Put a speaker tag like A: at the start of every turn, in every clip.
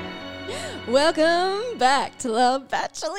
A: Welcome back to Love Bachelor.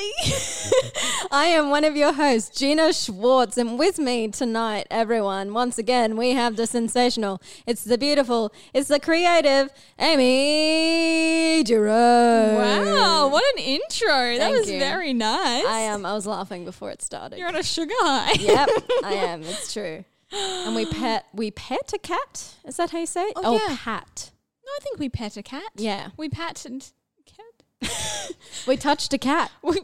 A: I am one of your hosts, Gina Schwartz, and with me tonight, everyone, once again, we have the sensational, it's the beautiful, it's the creative, Amy Jerome.
B: Wow, what an intro. that
A: Thank
B: was
A: you.
B: very nice.
A: I am. I was laughing before it started.
B: You're on a sugar high.
A: yep, I am. It's true. And we pet we pet a cat. Is that how you say it?
B: Oh, yeah.
A: pat.
B: No, I think we pet a cat.
A: Yeah.
B: We patted cat.
A: We touched a cat.
B: We-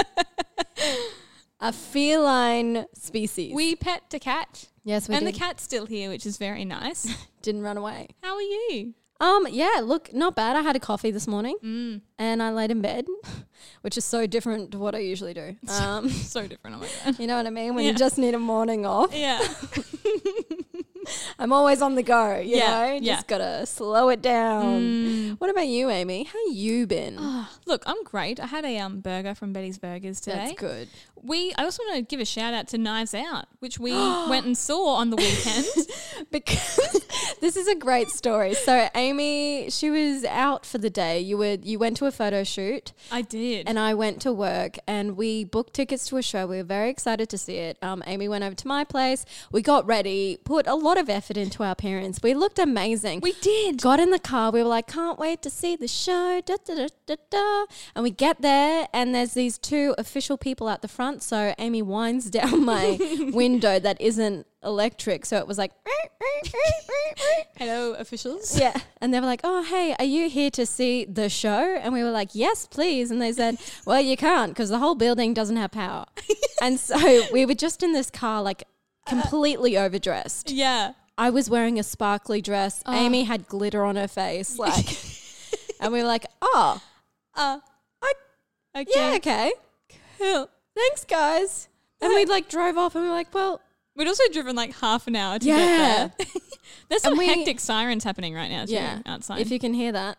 A: a feline species.
B: we pet a cat.
A: yes, we
B: and
A: did.
B: the cat's still here, which is very nice.
A: didn't run away.
B: How are you?
A: Um, yeah, look, not bad. I had a coffee this morning
B: Mm.
A: and I laid in bed, which is so different to what I usually do. Um,
B: So different, oh my god.
A: you know what I mean? When you
B: Yeah.
A: just need a morning off.
B: Yeah.
A: I'm always on the go, you
B: Yeah,
A: know?
B: yeah. Mm.
A: Just gotta slow it down. What about you, Amy? How you been?
B: Look, I'm great. I had a um, burger from Betty's Burgers today.
A: That's good.
B: We I also want to give a shout out to Knives Out, which we went and saw on the weekend.
A: because this is a great story. So Amy, she was out for the day. You were you went to a photo shoot,
B: I did.
A: and I went to work, and we booked tickets to a show. We were very excited to see it. Um, Amy went over to my place. We got ready, put a lot of effort into our parents. We looked amazing.
B: we did.
A: Got in the car. We were like, can't wait to see the show. Da, da, da, da, da. And we get there, and there's these two official people at the front. So Amy winds down my window that isn't electric. So it was like,
B: Hello, officials.
A: yeah. And they were like, oh, hey, are you here to see the show? And we were like, yes, please. And they said, well, you can't because the whole building doesn't have power. and so we were just in this car, like, completely overdressed.
B: Yeah.
A: I was wearing a sparkly dress. Amy had glitter on her face, like, and we were like, "Oh,
B: Uh, I, okay.
A: yeah, okay, cool, thanks, guys." And we like drove off, and we were like, "Well,
B: We'd also driven like half an hour to
A: Yeah.
B: get there. There's
A: And
B: some
A: we-
B: hectic sirens happening right now too
A: yeah,
B: outside.
A: if you can hear that,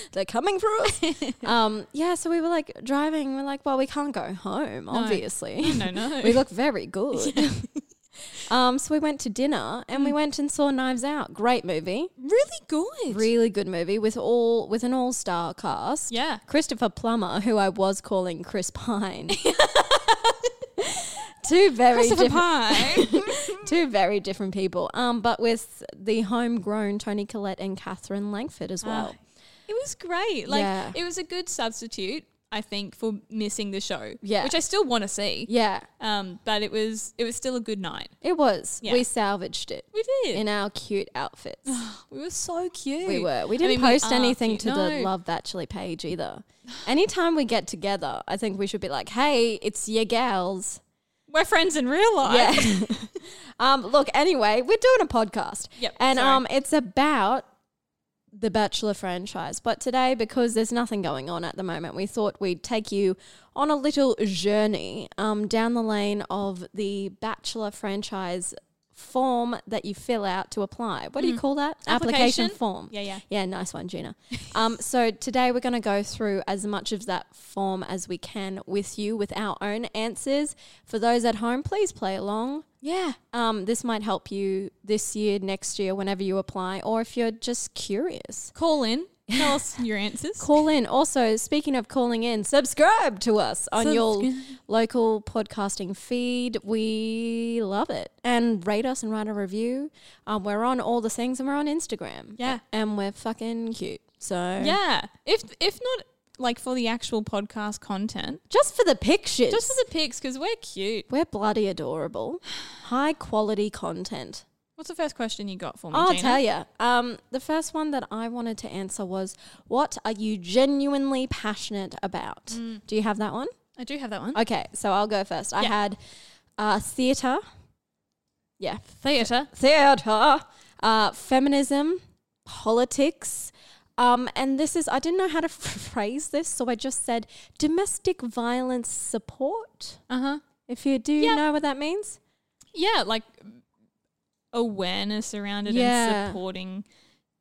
A: they're coming for us." um, yeah, so we were like driving. We're like, "Well, we can't go home, obviously."
B: no, no.
A: we look very good. um, so we went to dinner, and we went and saw Knives Out. Great movie.
B: really good.
A: really good movie with all with an all star cast.
B: Yeah.
A: Christopher Plummer, who I was calling Chris Pine. two very
B: Christopher
A: different,
B: Pine.
A: two very different people. Um, but with the homegrown Tony Collette and Catherine Langford as well.
B: Ah. it was great. Like
A: Yeah.
B: it was a good substitute, I think, for missing the show.
A: Yeah.
B: Which I still want to see.
A: yeah,
B: Um, but it was it was still a good night.
A: it was.
B: Yeah.
A: We salvaged it
B: We did.
A: in our cute outfits.
B: we were so cute.
A: We were. We
B: I
A: didn't
B: mean, we
A: post
B: are
A: anything
B: cute.
A: to the
B: No.
A: Love Bachelor page either. Anytime we get together, I think we should be like, "Hey, it's your gals."
B: We're friends in real life.
A: Yeah. um, look, anyway, we're doing a podcast.
B: Yep,
A: And
B: sorry.
A: um, it's about the Bachelor franchise. But today, because there's nothing going on at the moment, we thought we'd take you on a little journey um, down the lane of the Bachelor franchise form that you fill out to apply. What do you call that?
B: Mm. Application.
A: form.
B: Yeah, yeah.
A: Yeah, nice one, Gina. um, so today we're going to go through as much of that form as we can with you with our own answers. For those at home, please play along.
B: Yeah.
A: Um, this might help you this year, next year, whenever you apply, or if you're just curious.
B: Call in. Tell us your answers.
A: Call in. Also, speaking of calling in, subscribe to us on your local podcasting feed. We love it. And rate us and write a review. Um, we're on all the things and we're on Instagram.
B: Yeah.
A: And we're fucking cute. So,
B: Yeah. If if not like for the actual podcast content,
A: just for the pictures.
B: just for the pics because we're cute.
A: We're bloody adorable. High quality content.
B: What's the first question you got for me?
A: I'll
B: Gina?
A: tell you. Um, the first one that I wanted to answer was, "What are you genuinely passionate about?" Do you have that one?
B: I do have that one.
A: Okay, so I'll go first. I
B: Yeah.
A: had uh, theater. Yeah,
B: Theatre.
A: theater, uh, feminism, politics. Um, and this is, I didn't know how to phrase this, so I just said domestic violence support.
B: Uh huh.
A: If you do
B: Yeah.
A: know what that means,
B: Yeah, like awareness around it
A: Yeah.
B: and supporting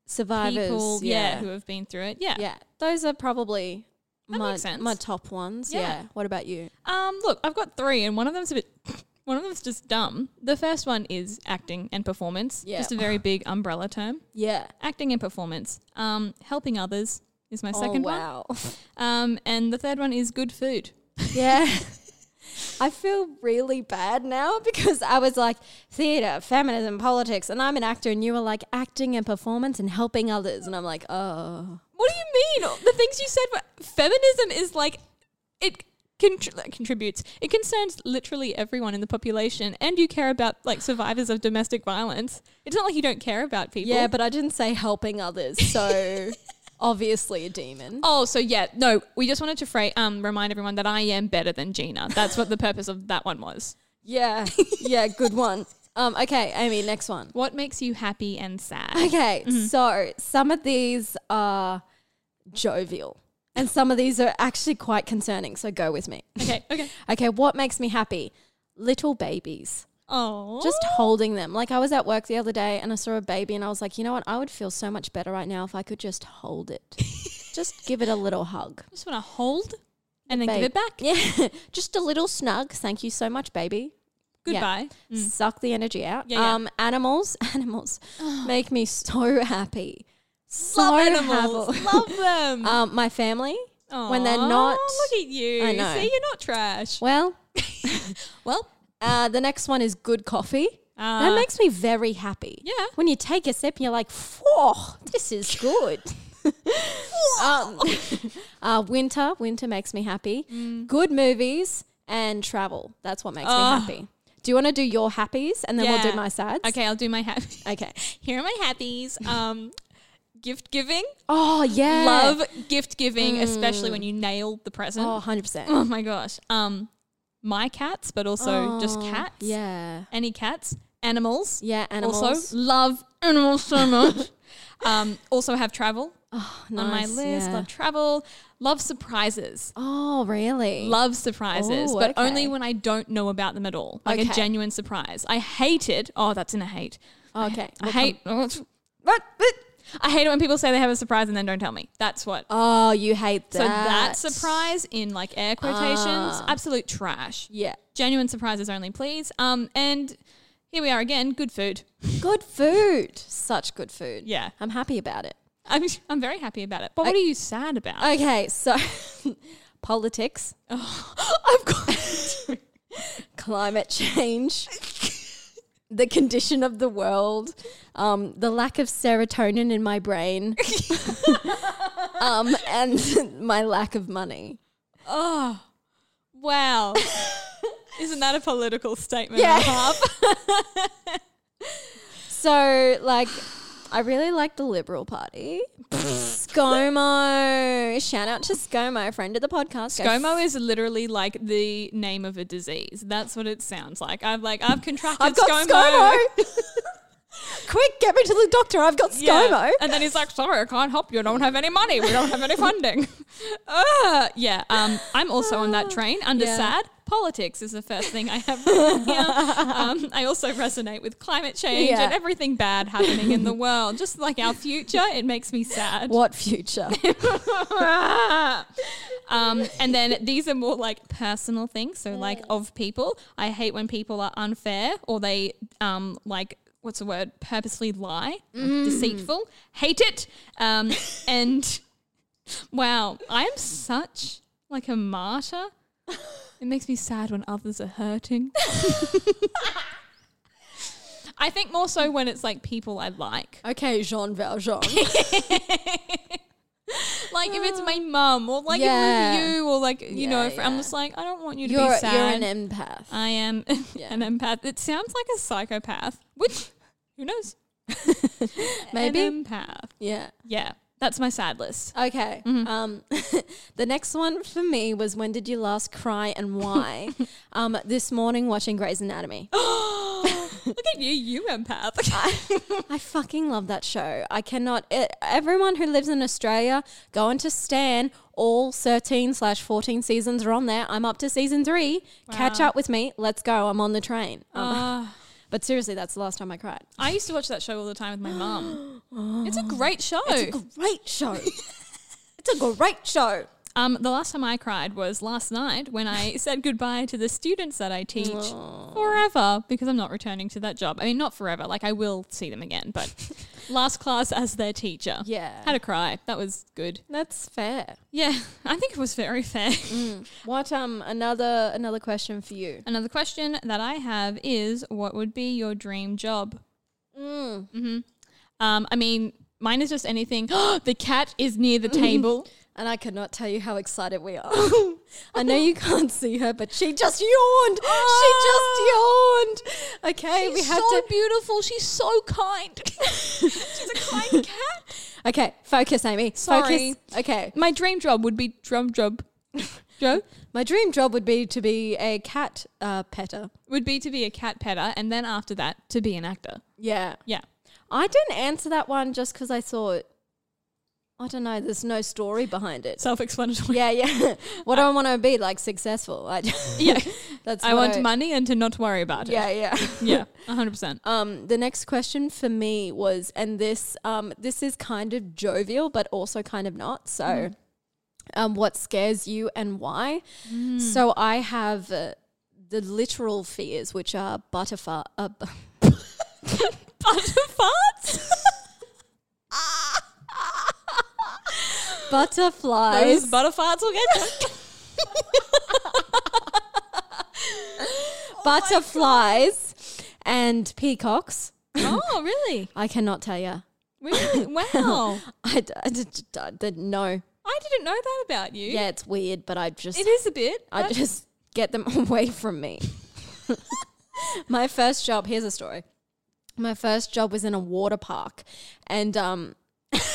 A: survivors.
B: people, yeah. who have been through it. Yeah.
A: Yeah, those are probably
B: That
A: my,
B: makes sense.
A: my top ones.
B: Yeah.
A: Yeah. What about you?
B: Um, look, I've got three, and one of them's a bit. One of them's just dumb. The first one is acting and performance.
A: Yeah.
B: Just a very big umbrella term.
A: Yeah.
B: Acting and performance. Um, helping others is my second
A: oh, wow.
B: one. Um, and the third one is good food.
A: yeah. I feel really bad now because I was like theater, feminism, politics, and I'm an actor, and you were like acting and performance and helping others, and I'm like, oh,
B: What do you mean? The things you said. were- Feminism is like it contr- like, contributes. It concerns literally everyone in the population, and you care about like survivors of domestic violence. It's not like you don't care about people.
A: yeah, but I didn't say helping others, so obviously a demon.
B: Oh, so yeah, no. We just wanted to fra- um, remind everyone that I am better than Gina. That's what the purpose of that one was.
A: Yeah, yeah, good one. Um, okay, Amy, next one.
B: What makes you happy and sad?
A: Okay,
B: Mm-hmm.
A: so some of these are jovial, and some of these are actually quite concerning. So go with me.
B: Okay, okay.
A: Okay, what makes me happy? Little babies.
B: Oh,
A: just holding them. Like I was at work the other day and I saw a baby and I was like, you know what? I would feel so much better right now if I could just hold it. just give it a little hug.
B: just want to hold and then
A: babe.
B: give it back.
A: Yeah. just a little snug. Thank you so much, baby.
B: Goodbye.
A: Suck the energy out.
B: Mm. Yeah, yeah.
A: Um animals, animals make me so happy. So
B: Love animals.
A: happy.
B: Love them.
A: um my family when they're
B: Aw,
A: not
B: Look at you.
A: I know.
B: See, you're not trash.
A: well,
B: Well,
A: uh, the next one is good coffee.
B: Ah.
A: that makes me very happy.
B: Yeah.
A: When you take a sip and you're like, whoa, this is good. um, uh, winter, winter makes me happy.
B: Mm.
A: Good movies and travel. That's what makes
B: Oh.
A: me happy. Do you want to do your happies and then we'll
B: Yeah.
A: do my sads?
B: okay, I'll do my happy.
A: Okay.
B: Here are my happies. Um, gift giving.
A: Oh, yeah.
B: Love gift giving, especially when you nail the present.
A: mm. Oh, 100%.
B: Oh my gosh. Um, my cats, but also just
A: Oh,
B: cats.
A: Yeah.
B: Any cats? Animals.
A: Yeah, animals.
B: Also love animals so much. um, also have travel on my
A: Nice,
B: list.
A: yeah.
B: Love travel. Love surprises.
A: Oh, really?
B: Love surprises,
A: Ooh,
B: but
A: okay.
B: only when I don't know about them at all. Like a
A: Okay.
B: genuine surprise. I hate it. Oh, that's in a hate.
A: Okay.
B: I hate. oh, it's- What? What? I hate it when people say they have a surprise and then don't tell me. That's what.
A: Oh, you hate that.
B: So that surprise in like air quotations, absolute trash.
A: Yeah.
B: Genuine surprises only, please. Um, and here we are again. Good food.
A: Good food. Such good food.
B: Yeah.
A: I'm happy about it.
B: I'm I'm very happy about it. But what are you sad about?
A: Okay, so politics,
B: I've got.
A: climate change, the condition of the world, um, the lack of serotonin in my brain, um, and my lack of money.
B: oh, wow. Isn't that a political statement?
A: Yeah.
B: and a half?
A: So, like, I really like the Liberal Party. ScoMo. Shout out to ScoMo, friend of the podcast. Go
B: ScoMo is literally like the name of a disease. That's what it sounds like. I've like I've contracted
A: I've got ScoMo. Quick, get me to the doctor. I've got
B: Yeah.
A: ScoMo.
B: And then he's like, sorry, I can't help you. I don't have any money. We don't have any funding. Ugh. yeah. Um, I'm also on that train under
A: Ah, Yeah.
B: sad. Politics is the first thing I have written here. Um, I also resonate with climate change
A: Yeah.
B: and everything bad happening in the world. Just like our future, it makes me sad.
A: What future?
B: Um, and then these are more like personal things. So like of people, I hate when people are unfair or they um like what's the word purposely lie, deceitful. Hate it. Um, and wow, I am such like a martyr. It makes me sad when others are hurting. I think more so when it's like people I like.
A: okay, Jean Valjean.
B: Like if it's my mum or like
A: Yeah.
B: if it was you or like you
A: Yeah,
B: know, if I'm
A: yeah.
B: just like I don't want you to
A: You're,
B: be
A: you're
B: sad.
A: an empath.
B: I am
A: Yeah.
B: an empath. It sounds like a psychopath, which Who knows?
A: Maybe.
B: An empath.
A: yeah.
B: Yeah, that's my sad list.
A: Okay.
B: Mm-hmm.
A: Um, the next one for me was when did you last cry and why? um, this morning watching Grey's Anatomy.
B: Oh. Look at you, you empath.
A: I fucking love that show. I cannot. It, everyone who lives in Australia, go into Stan. All thirteen slash fourteen seasons are on there. I'm up to season three. Catch up with me. Let's go. I'm on the train.
B: Ah.
A: Um, but seriously, that's the last time I cried.
B: I used to watch that show all the time with my mum. It's a great show.
A: Great show. it's a great show.
B: Um, the last time I cried was last night when I said goodbye to the students that I teach forever because I'm not returning to that job. I mean, not forever. Like I will see them again, but last class as their teacher.
A: Yeah.
B: had a cry. That was good.
A: That's fair.
B: Yeah, Mm. I think it was very fair.
A: What um another another question for you?
B: Another question that I have is, what would be your dream job? Mm. hmm Um, I mean, mine is just anything. the cat is near the table.
A: And I cannot tell you how excited we are. I know you can't see her, but she just yawned. Ah. She just yawned. Okay, we had to.
B: beautiful. She's so kind. She's a kind cat.
A: Okay, focus, Amy.
B: Sorry.
A: Focus. Okay,
B: My dream job would be drum job. Joe
A: my dream job would be to be a cat uh, petter.
B: would be to be a cat petter, and then after that to be an actor.
A: Yeah,
B: Yeah.
A: I didn't answer that one just because I thought I don't know. There's no story behind it.
B: Self-explanatory.
A: yeah, yeah. what do I want to be like? Successful. I,
B: Yeah.
A: that's.
B: I
A: what
B: want money and to not worry about it.
A: Yeah, yeah.
B: Yeah. 100%.
A: Um, the next question for me was, and this um, this is kind of jovial, but also kind of not. So, um, what scares you and why? So I have uh, the literal fears, which are butterfly. Uh, bu-
B: Butter farts?
A: Butterflies.
B: Those butter farts will get you.
A: butterflies and peacocks.
B: Oh, really?
A: I cannot tell you.
B: Really? Wow.
A: I, d- I d- d- d- d- no.
B: I didn't know that about you.
A: Yeah, it's weird, but I just
B: It is a bit.
A: I
B: That's-
A: just get them away from me. My first job, here's a story. My first job was in a water park, and um,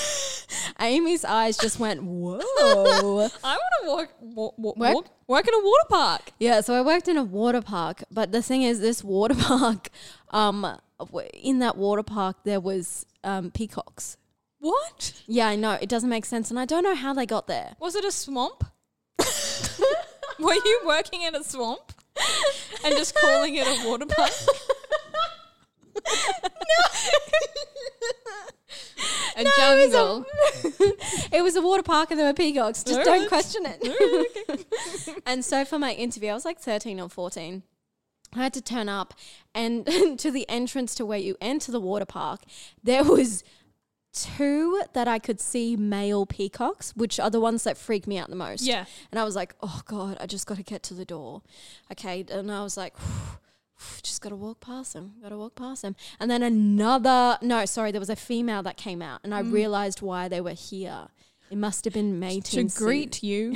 A: Amy's eyes just went, whoa.
B: I want to walk, walk,
A: Work?
B: walk, walk, work in a water park.
A: yeah, so I worked in a water park, but the thing is, this water park, um, w- in that water park, there was um, peacocks.
B: What?
A: Yeah, I know, it doesn't make sense, and I don't know how they got there.
B: Was it a swamp? Were you working in a swamp and just calling it a water park? no. a jungle.
A: It was a water park and there were peacocks. Just
B: All
A: don't
B: right.
A: question it. and so for my interview, I was like 13 or 14. I had to turn up and to the entrance to where you enter the water park, there was two that I could see male peacocks, which are the ones that freak me out the most.
B: Yeah.
A: And I was like, oh God, I just got to get to the door. Okay. And I was like, just got to walk past them, got to walk past them. And then another, no, sorry, there was a female that came out and I realized why they were here. It must have been mating
B: Mm. to greet you.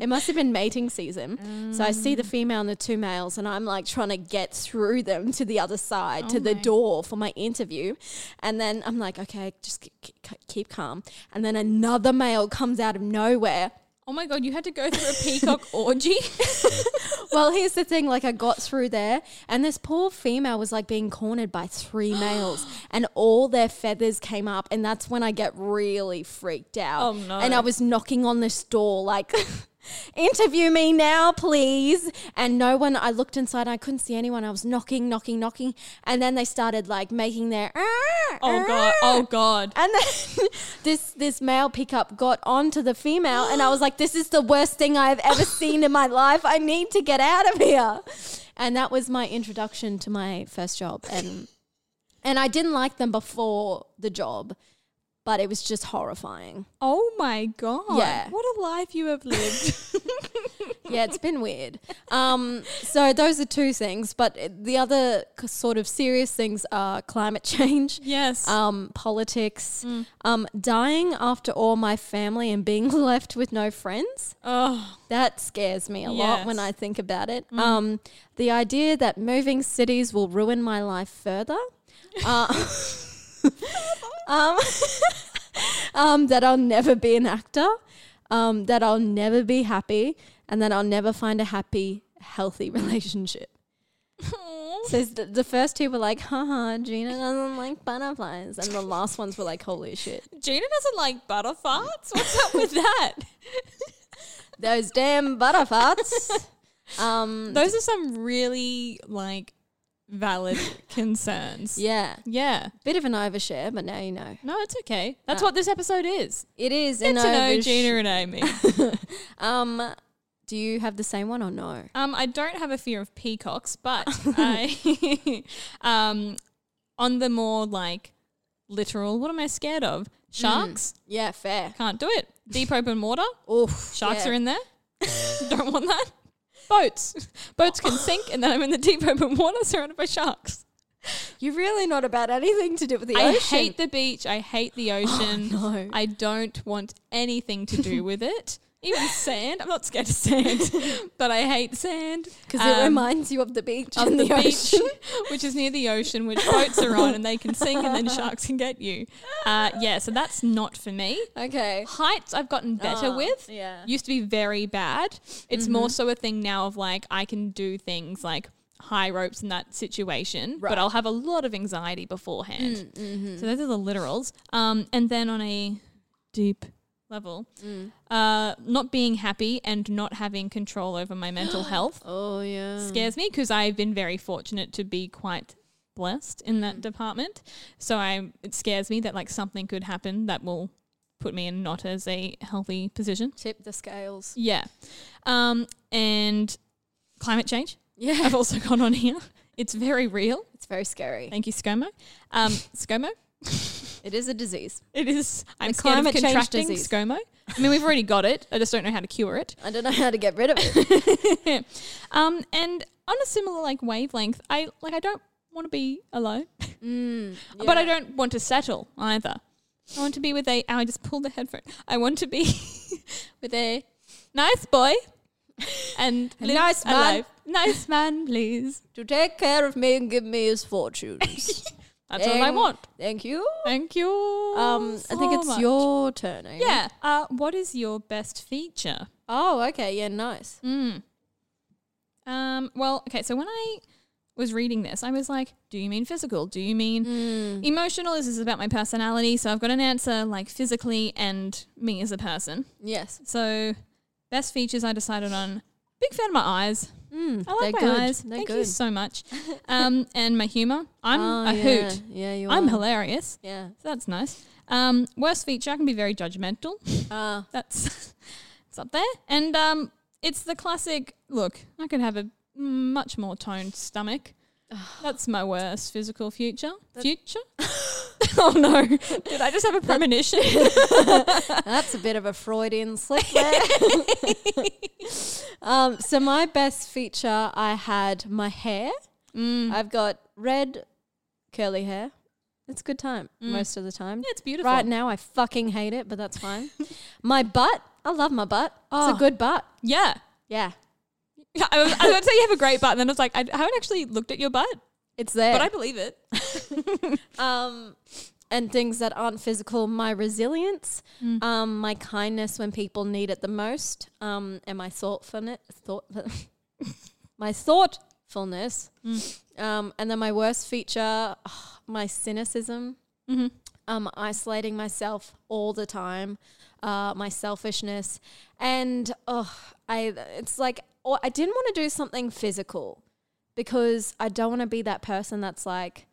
A: it must have been mating season. So I see the
B: Mm.
A: female and the two males, and I'm like trying to get through them to the other side,
B: Oh
A: to the door for my interview. And then I'm like, okay, just k- k- keep calm. And then another male comes out of nowhere.
B: Oh my god, you had to go through a peacock orgy.
A: Well, here's the thing like, I got through there, and this poor female was like being cornered by three males, and all their feathers came up. And that's when I get really freaked out.
B: Oh, no.
A: And I was knocking on this door, like, interview me now, please. And no one, I looked inside, and I couldn't see anyone. I was knocking, knocking, knocking. And then they started like making their.
B: Oh god. Oh god.
A: And then this this male pickup got onto the female, and I was like, "This is the worst thing I have ever seen in my life. I need to get out of here." And that was my introduction to my first job, and and I didn't like them before the job, but it was just horrifying.
B: Oh my god.
A: Yeah.
B: What a life you have lived.
A: yeah, it's been weird. Um, so those are two things, but the other c- sort of serious things are climate change,
B: Yes.
A: um, politics, um, dying after all my family and being left with no friends.
B: oh,
A: That scares me a lot when
B: Yes.
A: I think about it. Um, the idea that moving cities will ruin my life further. Uh, um, um, that I'll never be an actor. Um, that I'll never be happy, and that I'll never find a happy, healthy relationship.
B: Aw.
A: So the, the first two were like, haha, Gina doesn't like butterflies. And the last ones were like, holy shit.
B: Gina doesn't like butter farts. What's up with that?
A: Those damn butterfarts. um,
B: Those are some really like valid concerns.
A: yeah.
B: Yeah.
A: Bit of an overshare, but now you know.
B: No, it's okay. That's what this episode is.
A: It is
B: Get
A: an
B: to know
A: oversh-
B: Gina Uh, and Amy.
A: Um, do you have the same one or no?
B: Um, I don't have a fear of peacocks, but I, um, on the more like literal, what am I scared of?
A: Hmm.
B: Sharks
A: Yeah, fair.
B: can't do it. Deep open water,
A: Oof.
B: sharks
A: yeah.
B: are in there. don't want that. Boats, boats can sink, and then I'm in the deep open water surrounded by sharks.
A: You're really not about anything to do with the
B: I
A: ocean. Oh,
B: hate the beach. I hate the ocean.
A: no.
B: I don't want anything to do with it. Even sand. I'm not scared of sand, but I hate sand
A: because it
B: Um,
A: reminds you of the beach
B: on
A: and
B: the,
A: the,
B: beach,
A: ocean.
B: which is near the ocean, which boats are on and they can sink and then sharks can get you. Uh, yeah, so that's not for me.
A: Okay.
B: Heights I've gotten better
A: Oh,
B: with.
A: yeah. Mm-hmm.
B: Used to be very bad. It's more so a thing now of like I can do things like high ropes in that situation, but
A: Right. Mm, mm-hmm.
B: I'll have a lot of anxiety beforehand. So those are the literals. Um, and then on a deep level,
A: Mm.
B: uh, not being happy and not having control over my mental health
A: Oh yeah.
B: scares me because I've been very fortunate to be quite blessed in
A: Mm.
B: that department. So I it scares me that like something could happen that will put me in not as a healthy position.
A: Tip the scales.
B: Yeah. Um and climate change.
A: Yeah.
B: I've also gone on here. It's very real.
A: It's very scary.
B: Thank you, ScoMo. Um ScoMo.
A: It is a disease.
B: It is I'm
A: Like
B: scared
A: climate
B: of
A: change
B: contracting
A: disease.
B: ScoMo. I mean we've already got it. I just don't know how to cure it.
A: I don't know how to get rid of it.
B: Um, and on a similar like wavelength, I like I don't want to be alone,
A: Mm,
B: but I don't want to settle either. I want to be with a. oh, I just pulled the headphone. I want to be with a nice boy and
A: A
B: live
A: nice
B: a
A: man.
B: life. Nice man, please.
A: Um, to take care of me and give me his fortunes.
B: That's all I
A: Thank-
B: want.
A: Thank you.
B: Thank you.
A: Um, I think
B: so
A: it's
B: much.
A: your turn. Amy.
B: Yeah. Uh, what is your best feature?
A: Oh, okay. Yeah, nice.
B: Mm. Um, well, okay, so when I was reading this, I was like, do you mean physical? Do you mean
A: Mm.
B: emotional? Is this about my personality? So I've got an answer like physically and me as a person.
A: Yes.
B: So best features I decided on. Big fan of my eyes. I like my
A: Mm, they're good.
B: eyes.
A: They're
B: Thank you
A: good.
B: so much. Um, and my humor. I'm
A: Oh,
B: a
A: yeah.
B: hoot.
A: Yeah, you
B: I'm
A: are.
B: hilarious.
A: Yeah.
B: So that's nice. Um, worst feature, I can be very judgmental. Ah.
A: Uh,
B: That's it's up there. And um, it's the classic. Look, I could have a much more toned stomach. That's my worst physical future. future? oh no! Did I just have a premonition?
A: That's a bit of a Freudian slip there. um, so my best feature, I had my hair.
B: Mm.
A: I've got red curly hair. It's a good time most of the time.
B: Mm. it's beautiful.
A: Right now, I fucking hate it, but that's fine. my butt, I love my butt. It's
B: Oh.
A: a good butt.
B: yeah.
A: Yeah,
B: I was, I was going to say you have a great butt, and then I was like, I haven't actually looked at your butt,
A: it's there.
B: but I believe it.
A: um, and things that aren't physical, my resilience, um, my kindness when people need it the most, um, and my thoughtfulness, thought, my thoughtfulness, um, and then my worst feature, ugh, my cynicism, um, isolating myself all the time, uh, my selfishness, and oh, I it's like oh, I didn't want to do something physical because I don't want to be that person that's like.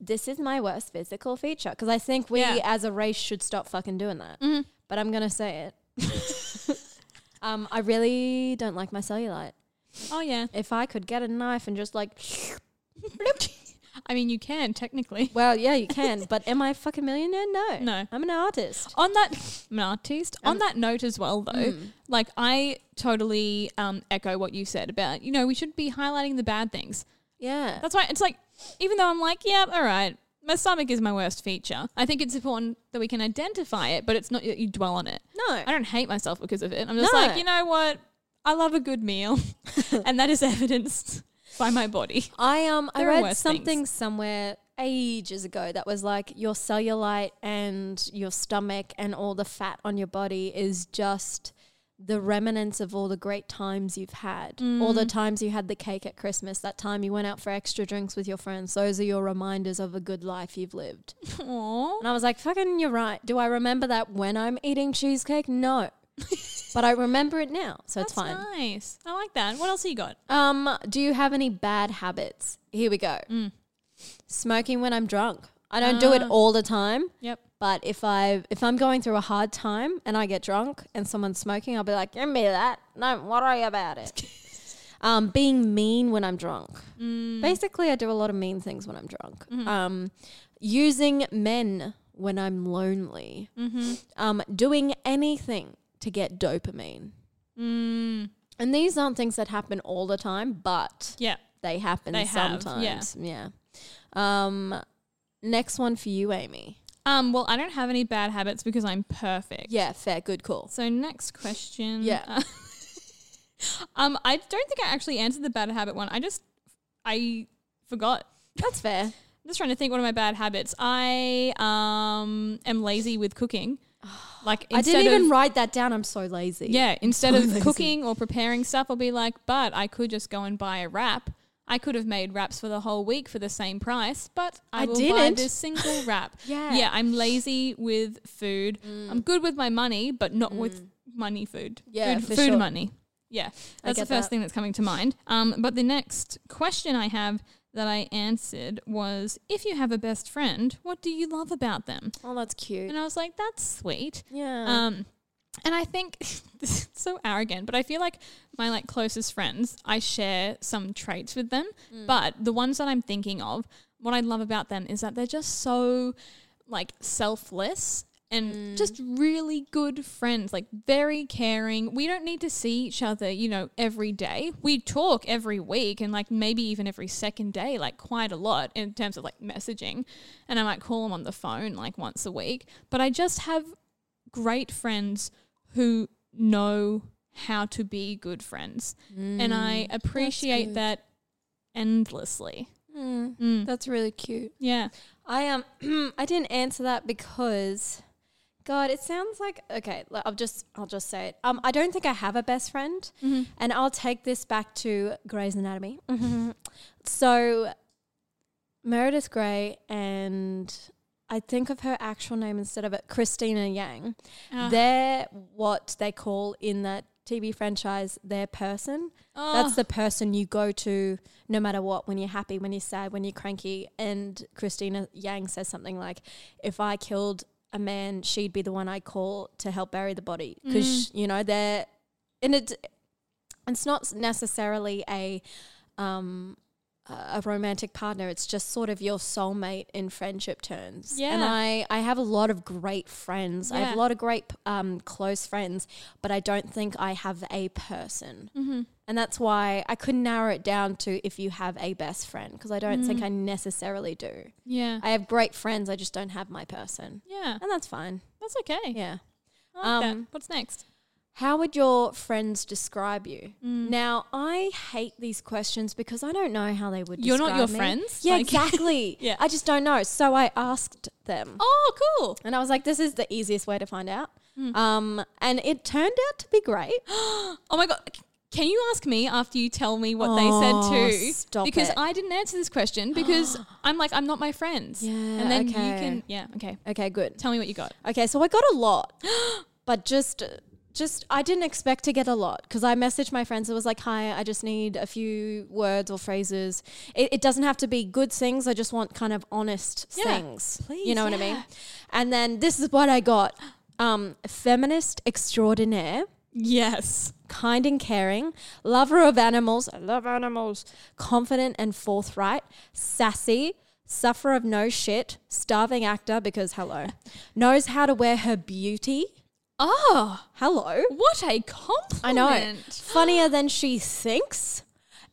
A: This is my worst physical feature because I think we
B: Yeah.
A: as a race should stop fucking doing that. But I'm gonna say it. um, I really don't like my cellulite.
B: Oh yeah.
A: If I could get a knife and just like,
B: I mean, you can technically.
A: Well, yeah, you can. but am I a fucking millionaire? No.
B: No.
A: I'm an artist.
B: On that, I'm an artist. on that note as well, though,
A: Mm.
B: like I totally um, echo what you said about you know we should be highlighting the bad things.
A: Yeah.
B: That's why it's like, even though I'm like, yeah, all right, my stomach is my worst feature. I think it's important that we can identify it, but it's not that you dwell on it.
A: No.
B: I don't hate myself because of it. I'm just
A: No.
B: like, you know what? I love a good meal, and that is evidenced by my body.
A: I um I
B: There are
A: read
B: worse
A: something
B: things.
A: somewhere ages ago that was like your cellulite and your stomach and all the fat on your body is just the remnants of all the great times you've had. All
B: Mm.
A: the times you had the cake at Christmas, that time you went out for extra drinks with your friends. Those are your reminders of a good life you've lived.
B: Aww.
A: And I was like, fucking, you're right. Do I remember that when I'm eating cheesecake? No. but I remember it now, so it's fine.
B: nice. I like that. What else have you got?
A: Um, do you have any bad habits? Here we go. Smoking when I'm drunk. I don't do it all the time,
B: Yep.
A: but if I if I'm going through a hard time and I get drunk and someone's smoking, I'll be like, "Give me that. Don't worry about it." um, being mean when I'm drunk.
B: Mm.
A: Basically, I do a lot of mean things when I'm drunk.
B: Mm-hmm.
A: Um, using men when I'm lonely.
B: Mm-hmm.
A: Um, doing anything to get dopamine.
B: Mm.
A: And these aren't things that happen all the time, but
B: Yeah.
A: they happen
B: They have, yeah.
A: sometimes. yeah. Um, next one for you, Amy.
B: Um. Well, I don't have any bad habits because I'm perfect.
A: Yeah, fair, good call.
B: So next question.
A: Yeah.
B: Uh, um, I don't think I actually answered the bad habit one. I just I forgot.
A: That's fair.
B: I'm just trying to think what are my bad habits. I um am lazy with cooking. Like
A: I didn't
B: instead
A: even
B: of-
A: write that down. I'm so lazy.
B: Yeah, instead
A: Oh,
B: of cooking or preparing stuff, I'll be like, but I could just go and buy a wrap. I could have made wraps for the whole week for the same price, but I,
A: I
B: will buy
A: didn't.
B: this single wrap.
A: Yeah. Mm.
B: Yeah, I'm lazy with food. I'm good with my money, but not with money food.
A: Yeah,
B: food,
A: for
B: food
A: sure.
B: money. Yeah, that's the
A: get
B: first
A: that.
B: thing that's coming to mind. Um, but the next question I have that I answered was, if you have a best friend, what do you love about them?
A: Oh, that's cute.
B: And I was like, that's sweet.
A: Yeah.
B: Um, and I think this is so arrogant, but I feel like my like closest friends, I share some traits with them. But the ones that I'm thinking of, what I love about them is that they're just so like selfless and just really good friends, like very caring. We don't need to see each other, you know, every day. We talk every week and like maybe even every second day, like quite a lot in terms of like messaging. And I might call them on the phone like once a week. But I just have great friends who know how to be good friends. and I
A: Mm,
B: appreciate that endlessly.
A: that's really cute.
B: Yeah.
A: I um I didn't answer that because God, it sounds like okay. l- I'll just I'll just say it. Um, I don't think I have a best friend, and I'll take this back to Grey's Anatomy. so Meredith Grey and I think of her actual name instead of it, Christina Yang. They're what they call in that TV franchise their person. That's the person you go to no matter what when you're happy, when you're sad, when you're cranky. And Christina Yang says something like, "If I killed a man, she'd be the one I call to help bury the body." Because you know they're and it it's not necessarily a um a romantic partner it's just sort of your soulmate in friendship terms and
B: Yeah.
A: i i have a lot of great friends i have
B: Yeah.
A: a lot of great um close friends but i don't think i have a person
B: Mm-hmm.
A: and that's why i could narrow it down to if you have a best friend because i don't think i
B: Mm-hmm.
A: necessarily do
B: Yeah.
A: i have great friends i just don't have my person
B: yeah.
A: and that's fine
B: That's okay.
A: yeah
B: I like that.
A: um,
B: What's next?
A: how would your friends describe you?
B: Mm.
A: Now, I hate these questions because I don't know how they would
B: You're not
A: describe
B: your
A: me.
B: friends?
A: Yeah,
B: Like-
A: exactly.
B: Yeah.
A: I just don't know. So I asked them.
B: Oh, cool.
A: And I was like, this is the easiest way to find out.
B: Hmm.
A: Um, and it turned out to be great.
B: Oh my god. C- Can you ask me after you tell me what they said too?
A: stop
B: because
A: it.
B: I didn't answer this question because I'm like I'm not my friends.
A: Yeah,
B: And then you
A: okay.
B: can yeah, okay.
A: okay, good.
B: Tell me what you got.
A: Okay, so I got a lot, but just. Just, I didn't expect to get a lot because I messaged my friends. It was like, "Hi, I just need a few words or phrases. It, it doesn't have to be good things. I just want kind of honest
B: Yeah,
A: things.
B: please,
A: you know what I
B: yeah.
A: mean? And then this is what I got: um, feminist extraordinaire,
B: Yes.
A: kind and caring, lover of animals. I love animals. Confident and forthright, sassy, sufferer of no shit, starving actor because hello, knows how to wear her beauty.
B: Oh,
A: Hello.
B: what a compliment.
A: I know. Funnier than she thinks.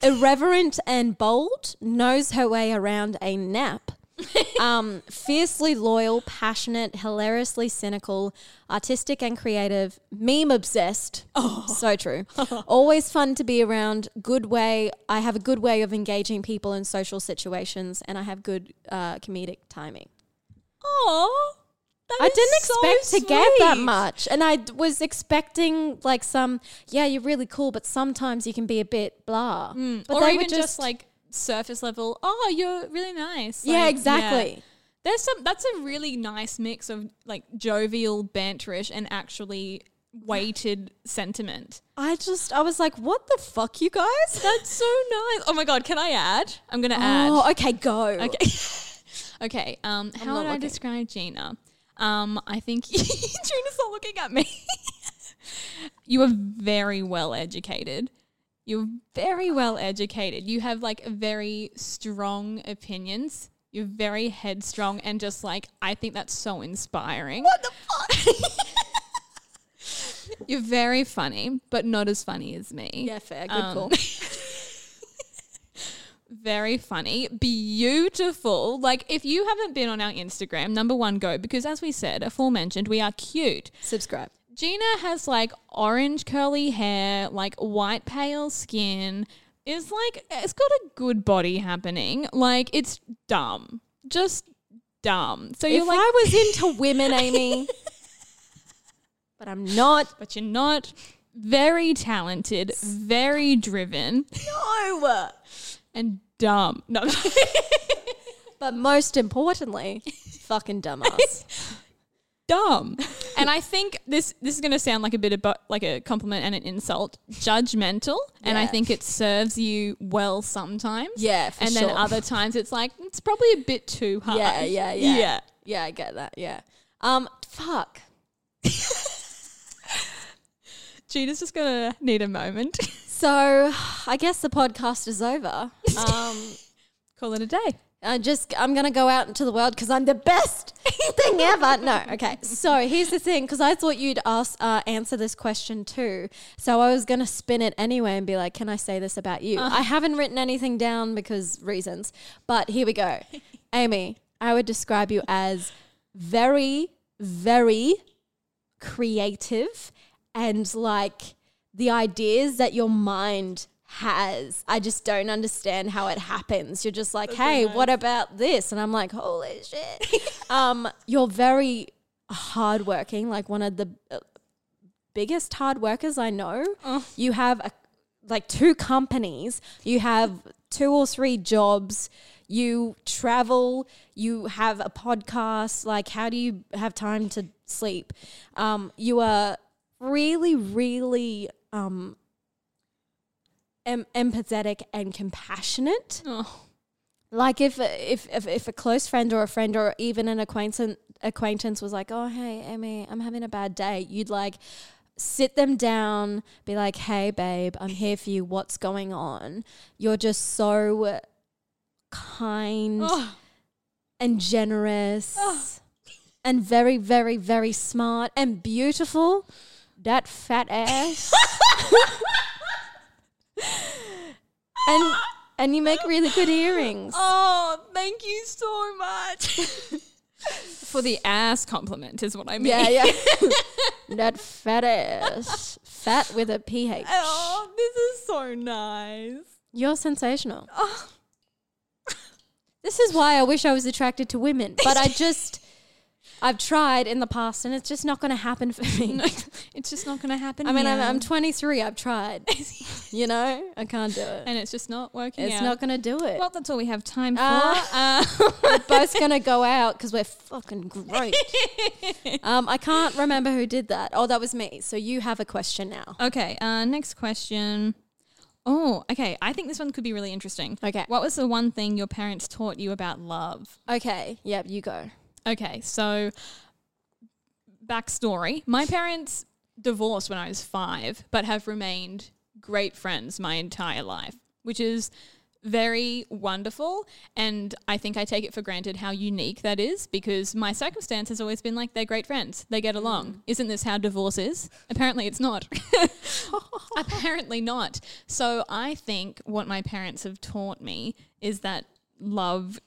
A: Irreverent and bold, knows her way around a nap. um, fiercely loyal, passionate, hilariously cynical, artistic and creative, meme obsessed. Oh. So true. Always fun to be around. Good way. I have a good way of engaging people in social situations, and I have good uh, comedic timing.
B: Oh,
A: I didn't expect to get that
B: much.
A: much. And I d- was expecting like some, yeah, you're really cool, but sometimes you can be a bit blah. but
B: Mm, or
A: they were
B: even just, like surface level. Oh, you're really nice.
A: yeah,
B: Like,
A: exactly.
B: There's some. That's a really nice mix of like jovial, banterish, and actually weighted sentiment.
A: I just, I was like, what the fuck, you guys?
B: That's so nice. Oh my god, can I add? I'm gonna
A: Oh,
B: add.
A: okay, go. Okay.
B: Okay. Um, how
A: not
B: would I
A: looking.
B: describe Gina? Um, I think Gina's not looking at me. you are very well educated. You're very well educated. You have like very strong opinions. You're very headstrong and just like I think that's so inspiring. What the fuck? You're very funny, but not as funny as me.
A: Yeah, fair. Good
B: Um,
A: call.
B: Very funny, beautiful. Like, if you haven't been on our Instagram, number one, go because, as we said, aforementioned, we are cute.
A: Subscribe.
B: Gina has like orange curly hair, like white pale skin. Is like it's got a good body happening. Like it's dumb, just dumb. So
A: If
B: you're like,
A: I was into women, Amy, but I'm not.
B: but you're not. Very talented, very driven,
A: No.
B: and dumb. No.
A: But most importantly, fucking dumbass.
B: dumb. and I think this this is going to sound like a bit of bu- like a compliment and an insult, judgmental. And I
A: Yeah.
B: think it serves you well sometimes.
A: Yeah, for
B: and then
A: sure.
B: other times it's like it's probably a bit too hard.
A: Yeah, yeah, yeah.
B: Yeah.
A: Yeah, I get that. Yeah. Um, fuck.
B: Gina's just gonna need a moment.
A: So I guess the podcast is over. Um,
B: Call it a day.
A: I just I'm gonna go out into the world because I'm the best thing ever. No, okay. So here's the thing, because I thought you'd ask uh, answer this question too. So I was gonna spin it anyway and be like, "Can I say this about you?" I haven't written anything down because reasons, but here we go. Amy, I would describe you as very, very creative and like the ideas that your mind has. I just don't understand how it happens. You're just like, hey, what about this? And I'm like, holy shit. um, you're very hardworking, like one of the uh, biggest hard workers I know. You have a, like two companies, you have two or three jobs. You travel, you have a podcast. Like, how do you have time to sleep? Um, you are really, really um, em- empathetic and compassionate.
B: Oh.
A: Like if if if if a close friend or a friend or even an acquaintance acquaintance was like, "Oh, hey, Emmy, I'm having a bad day," you'd like sit them down, be like, "Hey, babe, I'm here for you. What's going on?" You're just so kind
B: Oh.
A: and generous and very, very, very smart and beautiful. That fat ass. and and you make really good earrings.
B: Oh, thank you so much. For the ass compliment is what I mean.
A: Yeah, yeah. that fat ass. Fat with a PH.
B: Oh, this is so nice.
A: You're sensational. This is why I wish I was attracted to women, but I just, I've tried in the past and it's just not going to happen for me.
B: it's just not gonna happen.
A: I mean, I'm,
B: here.
A: I'm 23, I've tried. you know, I can't do it.
B: and it's just not working.
A: It's
B: out.
A: not going to do it.
B: Well, that's all we have time for.
A: Uh,
B: Uh,
A: we're both going to go out because we're fucking great. um, I can't remember who did that. Oh, that was me. So you have a question now.
B: okay, uh, next question. Oh, okay. I think this one could be really interesting.
A: Okay.
B: What was the one thing your parents taught you about love?
A: Okay. Yep, you go.
B: Okay, so backstory. My parents divorced when I was five, but have remained great friends my entire life, which is very wonderful. And I think I take it for granted how unique that is because my circumstance has always been like they're great friends, they get along. Isn't this how divorce is? Apparently, it's not. Apparently, not. So I think what my parents have taught me is that love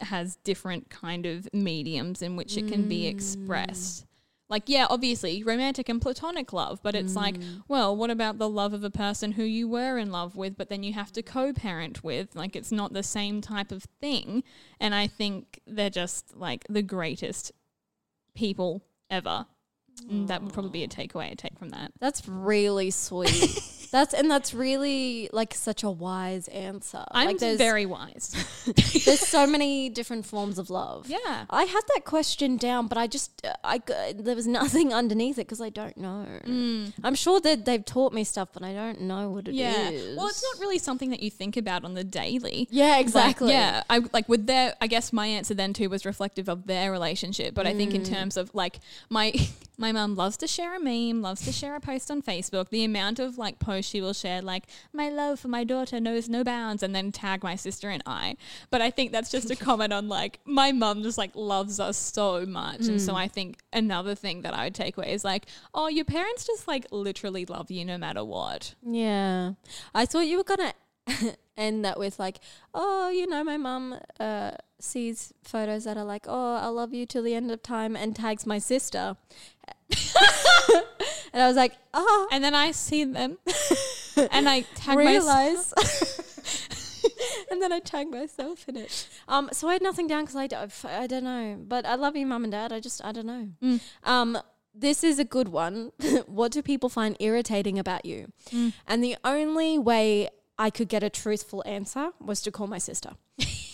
B: has different kind of mediums in which it can be
A: Mm.
B: expressed. Like yeah, obviously romantic and platonic love, but it's like,
A: Mm.
B: well, what about the love of a person who you were in love with but then you have to co-parent with? Like it's not the same type of thing. And I think they're just like the greatest people ever. And that would probably be a takeaway I take from that.
A: That's really sweet. that's and that's really like such a wise answer.
B: I'm
A: like there's
B: very wise.
A: there's so many different forms of love.
B: Yeah.
A: I had that question down, but I just uh, I g- there was nothing underneath it because I don't know. I'm sure that they've taught me stuff, but I don't know what it is.
B: Mm. yeah. Well, it's not really something that you think about on the daily.
A: Yeah,
B: Like,
A: exactly.
B: yeah, I like with their. I guess my answer then too was reflective of their relationship, but I think
A: Mm.
B: in terms of like my my mum loves to share a meme, loves to share a post on Facebook. The amount of like posts she will share, like my love for my daughter knows no bounds, and then tag my sister and I. But I think that's just a comment on like my mum just like loves us so much, and
A: Mm.
B: so I think another thing that I would take away is like, oh, your parents just like literally love you no matter what.
A: Yeah. I thought you were going to end that with, like, oh, you know, my mum uh, sees photos that are like, oh, I love you till the end of time and tags my sister. and I was like, oh,
B: And then I see them, and I tag myself.
A: realize. and then I tag myself in it. Um, so I had nothing down because I, d- I don't know. But I love you, mum and dad. I just, I don't know. Um, this is a good one. what do people find irritating about you? And the only way I could get a truthful answer was to call my sister.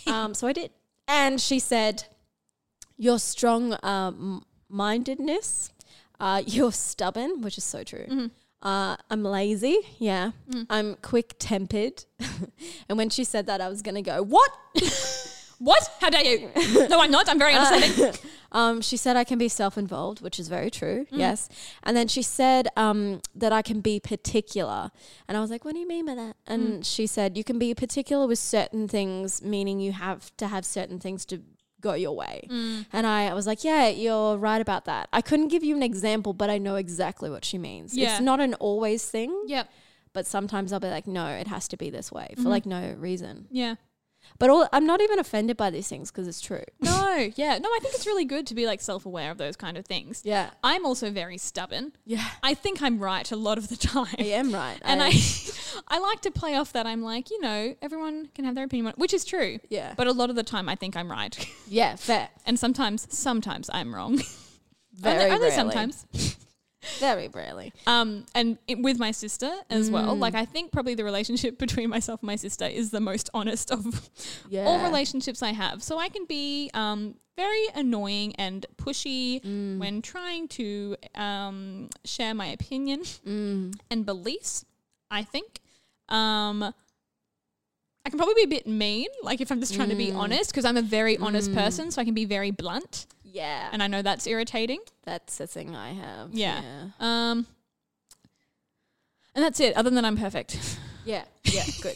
A: um, so I did. And she said, Your strong um, mindedness, uh, you're stubborn, which is so true. Uh, I'm lazy. Yeah. I'm quick tempered. and when she said that, I was going to go, What?
B: What? How dare you? No, I'm not. I'm
A: Uh,
B: very understanding.
A: Um, she said I can be self involved, which is very true. Yes. And then she said um, that I can be particular. And I was like, what do you mean by that? And she said, you can be particular with certain things, meaning you have to have certain things to go your way. And I was like, yeah, you're right about that. I couldn't give you an example, but I know exactly what she means.
B: Yeah.
A: It's not an always thing,
B: yep.
A: but sometimes I'll be like, no, it has to be this way for like no reason.
B: Yeah.
A: But all, I'm not even offended by these things because it's true.
B: No, yeah. No, I think it's really good to be like self aware of those kind of things.
A: Yeah.
B: I'm also very stubborn.
A: Yeah.
B: I think I'm right a lot of the time.
A: I am right.
B: And I I like to play off that I'm like, you know, everyone can have their opinion, on- which is true.
A: Yeah.
B: But a lot of the time I think I'm right.
A: yeah, fair.
B: and sometimes sometimes I'm wrong.
A: Very
B: only, only
A: rarely.
B: sometimes.
A: Very rarely.
B: Um, and it, with my sister as
A: Mm.
B: well. Like I think probably the relationship between myself and my sister is the most honest of all
A: Yeah.
B: relationships I have. So I can be um, very annoying and pushy when trying to um, share my opinion and beliefs. I think. Um, I can probably be a bit mean, like if I'm just trying to be honest, because I'm a very honest person, so I can be very blunt,
A: Yeah.
B: and I know that's irritating.
A: that's the thing I have.
B: Yeah. Um, and that's it. Other than I'm perfect.
A: Yeah. Yeah. good.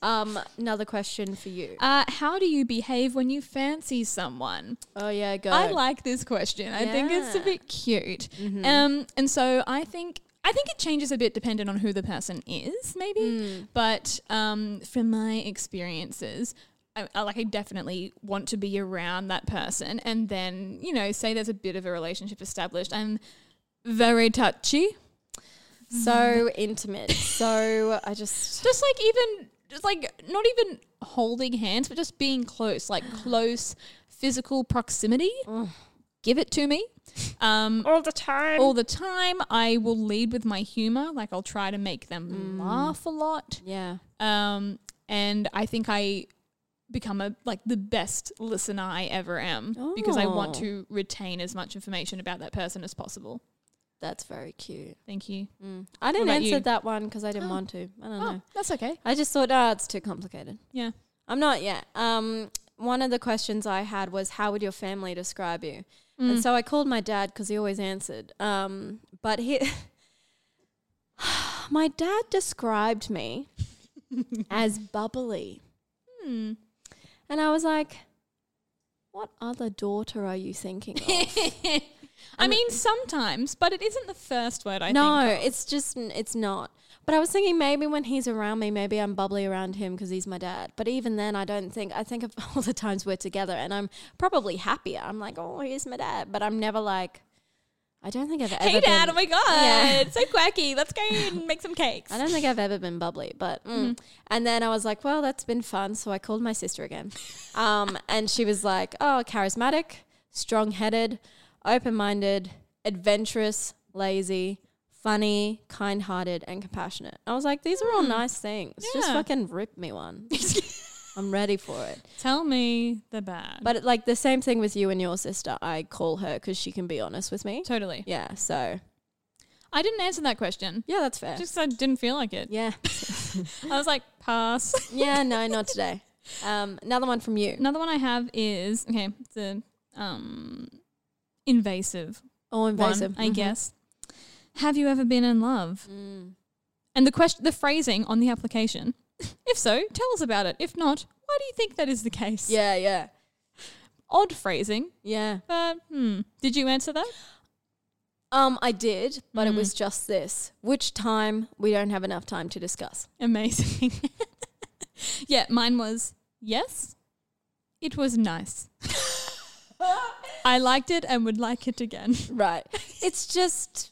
A: Um, another question for you.
B: Uh, how do you behave when you fancy someone?
A: Oh yeah, go.
B: I like this question. I think it's a
A: Yeah.
B: bit cute. Um, and so I think I think it changes a bit dependent on who the person is, maybe. But um, from my experiences. I, I like I definitely want to be around that person, and then you know, say there's a bit of a relationship established. I'm very touchy,
A: so intimate. So I just
B: just like even just like not even holding hands but just being close like close physical proximity give it to me um
A: all the time.
B: all the time i will lead with my humor like i'll try to make them
A: Mm.
B: laugh a lot
A: yeah.
B: um and i think i become a like the best listener i ever am because i want
A: Oh.
B: to retain as much information about that person as possible
A: That's very cute. Mm.
B: thank you
A: I didn't
B: about
A: answer
B: you?
A: that one because I didn't want to. I don't
B: oh
A: know.
B: that's okay
A: I just thought, ah, it's too complicated.
B: yeah
A: I'm not yet. Um, one of the questions I had was, how would your family describe you?
B: Mm.
A: And so I called my dad because he always answered. Um, but he, my dad described me as bubbly,
B: Mm.
A: And I was like, what other daughter are you thinking of?
B: I mean, sometimes, but it isn't the first word I
A: no,
B: think.
A: it's just, n- it's not. But I was thinking maybe when he's around me, maybe I'm bubbly around him because he's my dad. But even then, I don't think, I think of all the times we're together and I'm probably happier. I'm like, oh, he's my dad. But I'm never like, I don't think I've ever.
B: Hey, Dad!
A: been-
B: Oh my God!
A: Yeah.
B: So quacky. Let's go and make some cakes.
A: I don't think I've ever been bubbly, but mm.
B: Mm-hmm.
A: and then I was like, well, that's been fun. So I called my sister again, um, and she was like, oh, charismatic, strong-headed, open-minded, adventurous, lazy, funny, kind-hearted, and compassionate. I was like, these are all nice things. Just
B: Mm. Yeah.
A: fucking rip me one. I'm ready for it.
B: Tell me the bad.
A: But like the same thing with you and your sister, I call her because she can be honest with me.
B: totally.
A: Yeah. So
B: I didn't answer that question.
A: yeah, that's fair.
B: Just I didn't feel like it.
A: yeah.
B: I was like, pass.
A: yeah. No, not today. Um, another one from you.
B: Another one I have is okay. It's a um, invasive
A: Oh, invasive.
B: one, I
A: Mhm.
B: guess. Have you ever been in love? And the question, the phrasing on the application. if so, tell us about it. If not, why do you think that is the case?
A: Yeah, yeah,
B: Odd phrasing,
A: yeah.
B: but hmm. Did you answer that?
A: Um, I did, but
B: Mm.
A: it was just this. Which time we don't have enough time to discuss.
B: Amazing. yeah, mine was yes. It was nice. I liked it and would like it again.
A: Right. it's just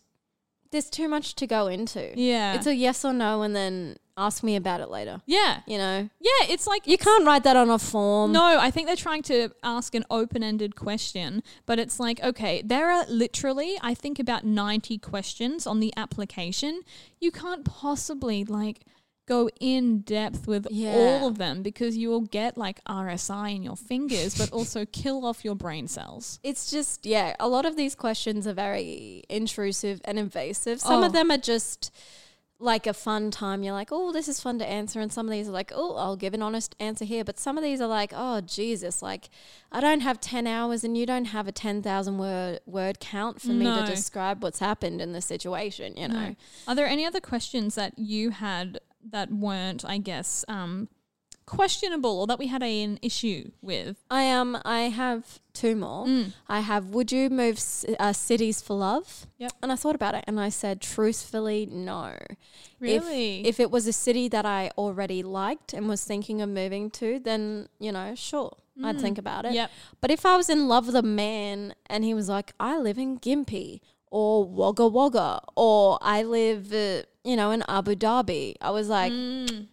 A: there's too much to go into.
B: Yeah.
A: It's a yes or no, and then ask me about it later.
B: yeah.
A: You know,
B: Yeah, it's like
A: you can't write that on a form.
B: No, I think they're trying to ask an open ended question, but it's like, okay, there are literally, I think, about 90 questions on the application. You can't possibly, like, go in depth with
A: Yeah.
B: all of them because you will get, like, RSI in your fingers, but also kill off your brain cells.
A: It's just yeah. A lot of these questions are very intrusive and invasive. Some of
B: Oh.
A: them are just. Like a fun time, you're like, oh, this is fun to answer. And some of these are like, oh, I'll give an honest answer here. But some of these are like, oh, Jesus, like, I don't have 10 hours and you don't have a 10,000 word, word count for me
B: No.
A: to describe what's happened in the situation, you know?
B: Are there any other questions that you had that weren't, I guess, um, questionable or that we had an issue with?
A: I am. I have two more.
B: Mm.
A: I have. Would you move c- uh, cities for love?
B: Yep.
A: And I thought about it, and I said truthfully, no. If-
B: Really?
A: If, it was a city that I already liked and was thinking of moving to, then you know, sure, I'd think about it.
B: Mm. Yep.
A: But if I was in love with a man and he was like, I live in Gympie or Wagga Wagga or I live, uh, you know, in Abu Dhabi, I was like.
B: Mm.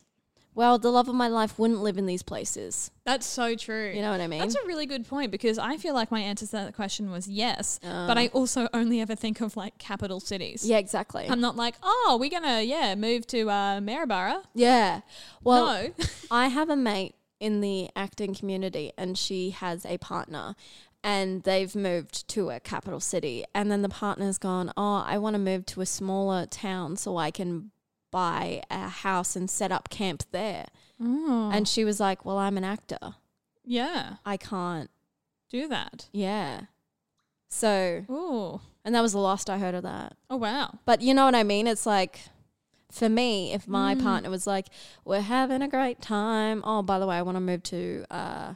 A: Well, the love of my life wouldn't live in these places.
B: That's so true.
A: You know what I mean?
B: That's a really good point because I feel like my answer to that question was yes, but I also only ever think of like capital cities.
A: Uh. Yeah, exactly.
B: I'm not like, oh, we're gonna yeah move to uh, Maryborough.
A: Yeah. Well,
B: No.
A: I have a mate in the acting community and she has a partner and they've moved to a capital city and then the partner's gone, "Oh, I want to move to a smaller town so I can buy a house and set up camp there."
B: Oh.
A: And she was like, "Well, I'm an actor.
B: Yeah,
A: I can't."
B: do that.
A: Yeah. So,
B: Ooh,
A: and that was the last I heard of that.
B: oh wow.
A: But you know what I mean? It's like, for me, if my
B: Mm.
A: partner was like, we're having a great time. Oh, by the way, I want to move to uh,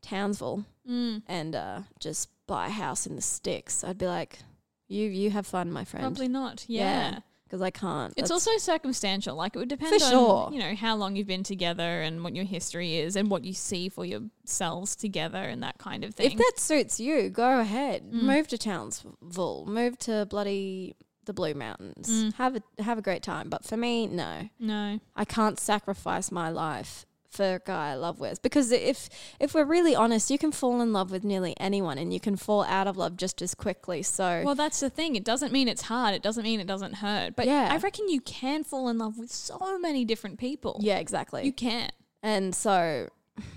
A: Townsville
B: Mm.
A: and uh, just buy a house in the sticks, I'd be like, you you have fun, my friend.
B: Probably not. Yeah.
A: Because I can't. That's-
B: It's also circumstantial. Like it would depend
A: For
B: on
A: sure.
B: you know how long you've been together and what your history is and what you see for yourselves together and that kind of thing. Mm.
A: If that suits you, go ahead. Move to Townsville. Move to bloody the Blue Mountains.
B: Mm.
A: Have a have a great time. But for me, no.
B: no.
A: I can't sacrifice my life for a guy I love with because if if we're really honest, you can fall in love with nearly anyone and you can fall out of love just as quickly. So
B: Well, that's the thing. It doesn't mean it's hard. It doesn't mean it doesn't hurt. But
A: Yeah.
B: I reckon you can fall in love with so many different people.
A: yeah, exactly.
B: You can.
A: and so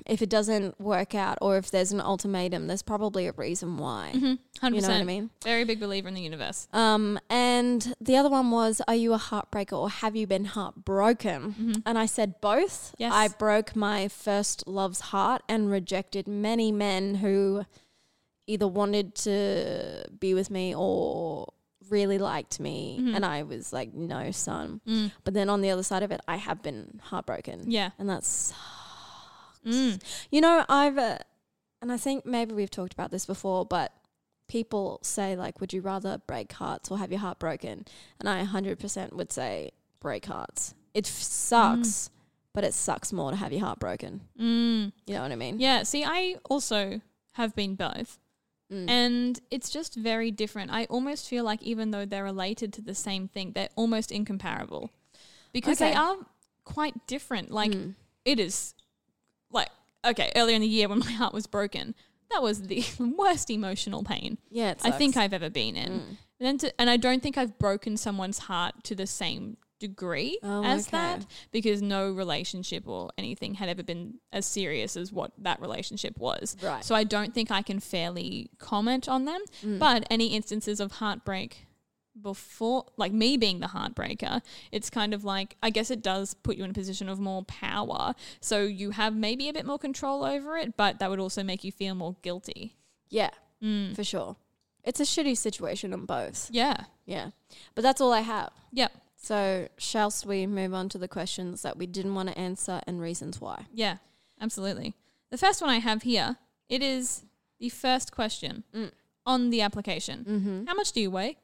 A: if it doesn't work out or if there's an ultimatum, there's probably a reason why.
B: Mm-hmm. 100%.
A: what I mean?
B: Very big believer in the universe.
A: Um, and the other one was, are you a heartbreaker or have you been heartbroken? And I said both.
B: Mm-hmm. Yes.
A: I broke my first love's heart and rejected many men who either wanted to be with me or really liked me.
B: Mm-hmm.
A: And I was like, no, son. But then on the other side of it, I have been heartbroken.
B: Mm. Yeah. Mm.
A: And that's You know, I've, uh, and I think maybe we've talked about this before, but people say, like, would you rather break hearts or have your heart broken? And I 100% would say, break hearts. It f- sucks,
B: Mm.
A: but it sucks more to have your heart broken. Mm. You know what I mean?
B: Yeah, see, I also have been both.
A: Mm.
B: And it's just very different. I almost feel like even though they're related to the same thing, they're almost incomparable because they
A: Okay. Mm.
B: are quite different. Like it is like okay, earlier in the year when my heart was broken, that was the worst emotional pain
A: Yeah, it
B: I think
A: sucks. Mm.
B: I've ever been in. And then to, and I don't think I've broken someone's heart to the same degree
A: Oh,
B: as
A: okay.
B: that because no relationship or anything had ever been as serious as what that relationship was.
A: Right. Mm.
B: So I don't think I can fairly comment on them. But any instances of heartbreak before like me being the heartbreaker it's kind of like i guess it does put you in a position of more power so you have maybe a bit more control over it but that would also make you feel more guilty
A: Yeah, for sure. It's a shitty situation on both.
B: Mm. yeah
A: Yeah. But that's all I have.
B: yep
A: So, shallst we move on to the questions that we didn't want to answer and reasons why?
B: Yeah, absolutely. The first one I have here, it is the first question on the application. How much do you weigh?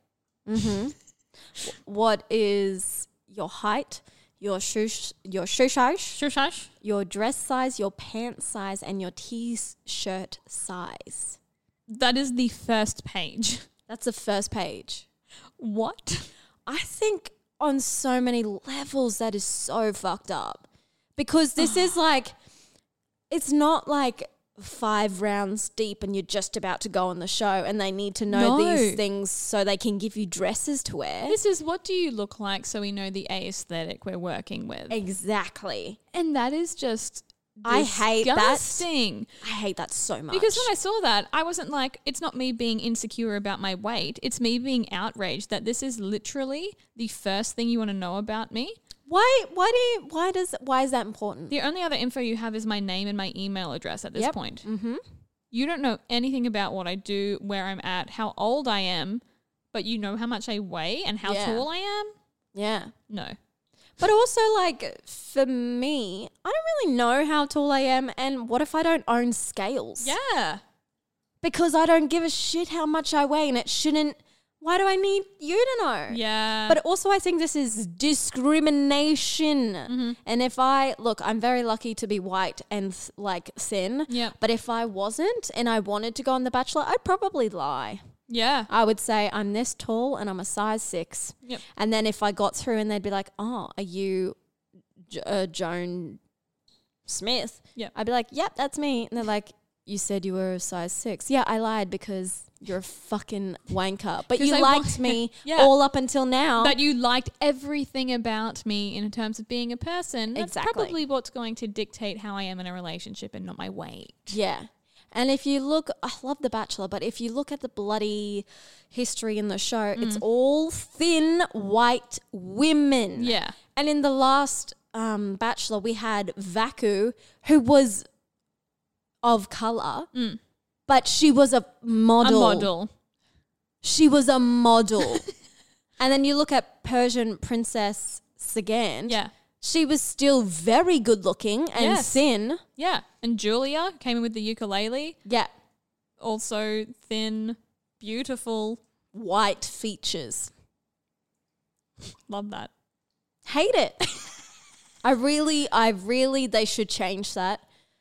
A: What is your height, your shoe, sh- your shoe size,
B: Shushash.
A: your dress size, your pants size, and your t-shirt size?
B: That is the first page.
A: That's the first page.
B: What?
A: I think on so many levels that is so fucked up because this is like it's not like five rounds deep and you're just about to go on the show and they need to know
B: No.
A: these things so they can give you dresses to wear.
B: This is what do you look like so we know the aesthetic we're working with.
A: exactly.
B: And that is just
A: I hate that.
B: disgusting.
A: I hate that so much.
B: Because when I saw that, I wasn't like, it's not me being insecure about my weight. It's me being outraged that this is literally the first thing you want to know about me.
A: why why do you, why does why is that important?
B: The only other info you have is my name and my email address at this
A: Yep.
B: point. Mm-hmm. You don't know anything about what I do, where I'm at, how old I am, but you know how much I weigh and how
A: Yeah.
B: tall I am.
A: Yeah.
B: No.
A: But also like for me, I don't really know how tall I am and what if I don't own scales?
B: Yeah.
A: because I don't give a shit how much I weigh and it shouldn't. Why do I need you to know?
B: Yeah.
A: But also, I think this is discrimination.
B: Mm-hmm.
A: And if I look, I'm very lucky to be white and th- like thin.
B: Yep.
A: But if I wasn't and I wanted to go on The Bachelor, I'd probably lie.
B: yeah.
A: I would say I'm this tall and I'm a size six.
B: Yep.
A: And then if I got through and they'd be like, "Oh, are you J- uh, Joan Smith?"
B: Yep.
A: I'd be like, "Yep, that's me." And they're like, "You said you were a size six. Yeah, I lied because you're a fucking wanker, but
B: 'Cause
A: you
B: I wa-
A: liked me
B: Yeah.
A: all up until now."
B: That you liked everything about me in terms of being a person. That's
A: Exactly.
B: probably what's going to dictate how I am in a relationship and not my weight.
A: Yeah. And if you look, I love The Bachelor, but if you look at the bloody history in the show, it's
B: Mm.
A: all thin white women.
B: Yeah.
A: And in the last um, Bachelor, we had Vaku, who was of color, but she was a model.
B: Mm. A model.
A: She was a model. and then you look at Persian Princess Sagan.
B: Yeah.
A: She was still very good looking and
B: Yes.
A: thin.
B: Yeah. And Julia came in with the ukulele,
A: Yeah.
B: also thin, beautiful.
A: White features.
B: Love that.
A: Hate it. I really, I really, they should change that.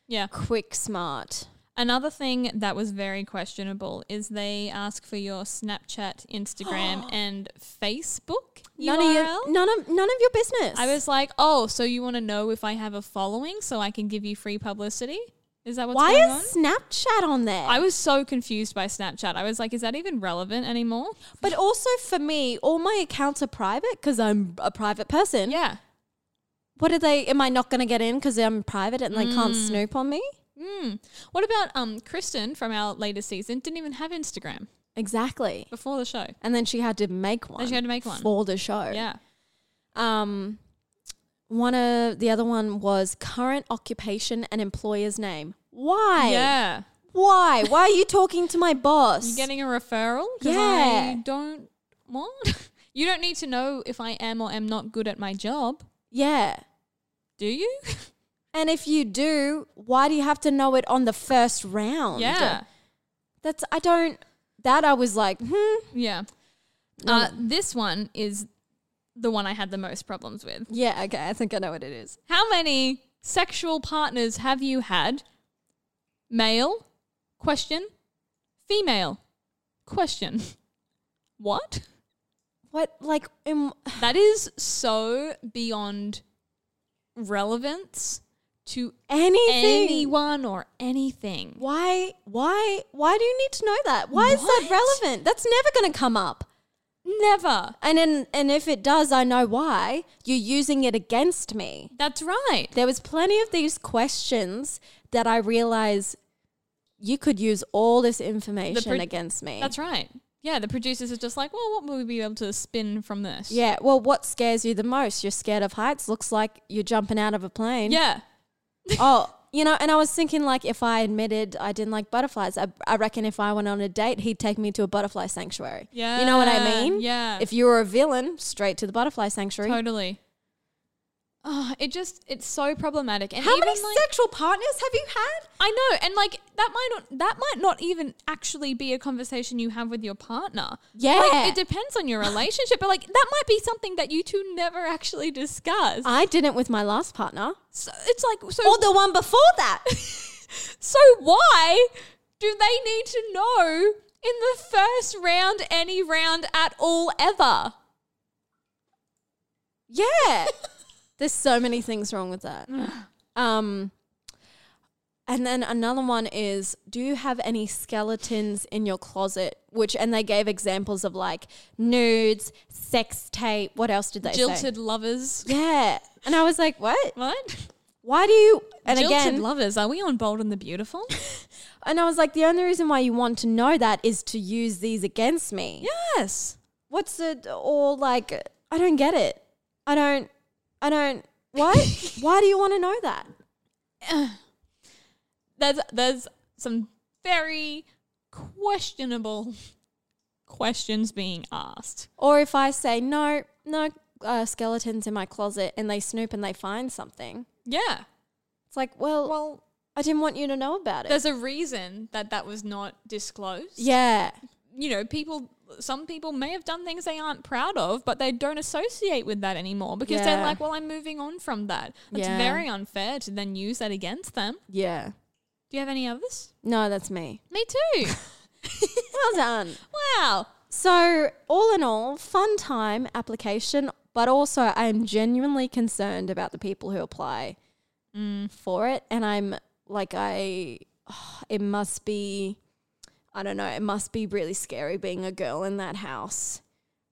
B: Yeah.
A: Quick smart.
B: Another thing that was very questionable is they ask for your Snapchat, Instagram, and Facebook
A: None of,
B: URL.
A: your, none, of, none of your business.
B: I was like, oh, so you want to know if I have a following so I can give you free publicity? Is that what's
A: Why
B: going
A: is Snapchat on there?
B: on? I was so confused by Snapchat. I was like, is that even relevant anymore?
A: but also for me, all my accounts are private because I'm a private person.
B: Yeah.
A: What are they? Am I not going to get in because I'm private and they
B: Mm.
A: can't snoop on me?
B: Hmm. What about um Kristen from our latest season? Didn't even have Instagram
A: Exactly.
B: before the show.
A: And then she had to make one.
B: she had to make one.
A: for the show.
B: Yeah.
A: Um, one of the other one was current occupation and employer's name. Why?
B: Yeah.
A: Why? Why are you talking to my boss?
B: You getting a referral? 'Cause
A: Yeah.
B: I don't want. you don't need to know if I am or am not good at my job,
A: yeah.
B: do you?
A: And if you do, why do you have to know it on the first round?
B: Yeah.
A: That's, I don't, that I was like, hmm.
B: Yeah. Uh, this one is the one I had the most problems with.
A: Yeah, okay, I think I know what it is.
B: How many sexual partners have you had? Male? Question. Female? Question. What?
A: What, like, um,
B: That is so beyond relevance to
A: anything?
B: anyone or anything.
A: why, why, why do you need to know that? Why is that
B: What?
A: relevant? That's never going to come up.
B: Never.
A: And then, and if it does, I know why. You're using it against me.
B: That's right.
A: There was plenty of these questions that I realize you could use all this
B: The
A: information
B: pro-
A: against me.
B: That's right. Yeah, the producers are just like, well, what will we be able to spin from this?
A: Yeah. Well, what scares you the most? You're scared of heights. Looks like you're jumping out of a plane.
B: Yeah.
A: Oh, you know, and I was thinking like if I admitted I didn't like butterflies, I, I reckon if I went on a date, he'd take me to a butterfly sanctuary. You know what I
B: Yeah,
A: mean?
B: yeah.
A: If you were a villain, straight to the butterfly sanctuary.
B: Totally. Oh, it just it's so problematic. And
A: How
B: even
A: many
B: like,
A: sexual partners have you had?
B: I know, and like that might not that might not even actually be a conversation you have with your partner.
A: Yeah.
B: Like, it depends on your relationship, but like that might be something that you two never actually discuss.
A: I didn't with my last partner.
B: So it's like so
A: Uh, Or the one before that.
B: So why do they need to know in the first round, any round at all ever?
A: Yeah. There's so many things wrong with that. um and then another one is do you have any skeletons in your closet which and they gave examples of like nudes, sex tape, what else did they
B: Jilted
A: say?
B: lovers.
A: Yeah. And I was like, "What?
B: What?
A: Why do you And
B: Jilted
A: again,
B: lovers. Are we on Bold and the Beautiful?
A: and I was like, "The only reason why you want to know that is to use these against me."
B: yes.
A: What's it or like I don't get it. I don't I don't what? why do you want to know that?
B: There's there's some very questionable questions being asked.
A: Or if I say no, no uh, skeletons in my closet, and they snoop and they find something,
B: Yeah.
A: it's like, well, well, I didn't want you to know about it.
B: There's a reason that that was not disclosed.
A: Yeah,
B: you know, people, some people may have done things they aren't proud of, but they don't associate with that anymore because they're
A: Yeah.
B: like, well, I'm moving on from that. That's
A: Yeah.
B: very unfair to then use that against them.
A: yeah.
B: Do you have any others?
A: No, that's me.
B: Me too.
A: Well done.
B: wow.
A: so, all in all, fun time application, but also I am genuinely concerned about the people who apply for it, and I'm like, I, it must be, I don't know, it must be really scary being a girl in that house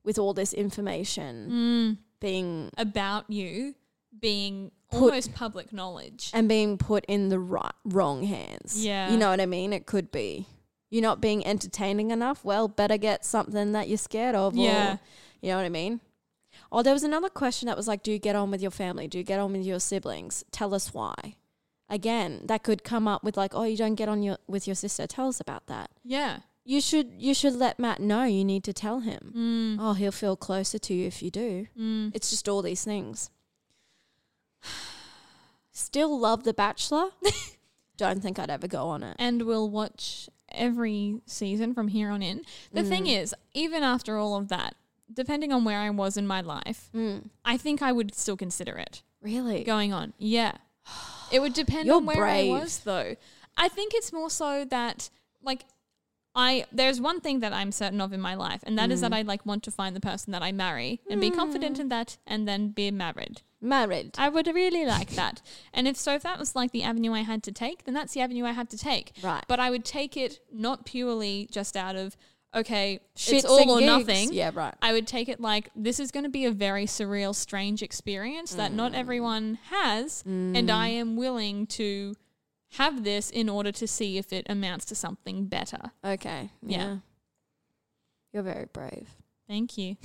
A: with all this information. Being
B: About you being almost public knowledge.
A: and being put in the right, wrong hands.
B: Yeah.
A: You know what I mean? It could be. You're not being entertaining enough. Well, better get something that you're scared of.
B: Yeah.
A: Or, you know what I mean? Oh, there was another question that was like, do you get on with your family? Do you get on with your siblings? Tell us why. Again, that could come up with like, oh, you don't get on your, with your sister. Tell us about that.
B: Yeah.
A: You should you should let Matt know. You need to tell
B: Mm.
A: him. Oh, he'll feel closer to you if you do. It's just all these things. Still love The Bachelor. Don't think I'd ever go on it.
B: And we'll watch every season from here on in. The thing
A: Mm.
B: is, even after all of that, depending on where I was in my life,
A: Mm.
B: I think I would still consider it.
A: Really?
B: going on. Yeah. It would depend
A: You're
B: on where
A: brave.
B: I was though. I think it's more so that like I there's one thing that I'm certain of in my life and that is
A: Mm.
B: that I like want to find the person that I marry and be confident in that and then be married.
A: Married.
B: I would really like that. And if so if that was like the avenue I had to take, then that's the avenue I had to take.
A: Right.
B: But I would take it not purely just out of okay,
A: Shits
B: it's all
A: and
B: or
A: gigs.
B: nothing.
A: Yeah, right.
B: I would take it like this is going to be a very surreal, strange experience that not
A: Mm.
B: everyone has, and I am willing to have this in order to see if it amounts to something better.
A: Okay.
B: Yeah.
A: You're very brave.
B: Thank you.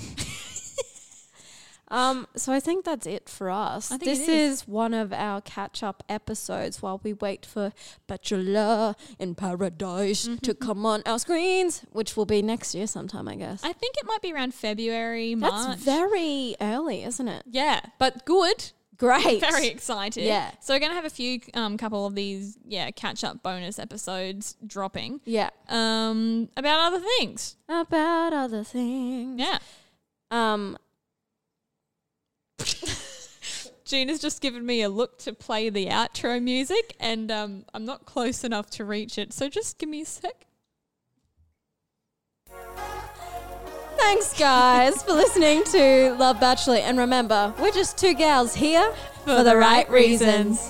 A: Um, so I think that's it for us.
B: I think
A: this
B: it is.
A: is. one of our catch up episodes while we wait for Bachelor in Paradise to come on our screens, which will be next year sometime, I guess.
B: I think it might be around February,
A: that's
B: March.
A: very early, isn't it?
B: yeah, but good.
A: Great.
B: Very excited.
A: Yeah.
B: So we're gonna have a few, um, couple of these, yeah, catch up bonus episodes dropping.
A: Yeah.
B: Um, about other things.
A: About other things.
B: Yeah.
A: Um,
B: Gina's just given me a look to play the outro music, and um, I'm not close enough to reach it. So just give me a sec.
A: thanks, guys, for listening to Love Bachelor. And remember, we're just two gals here for, the, right reasons.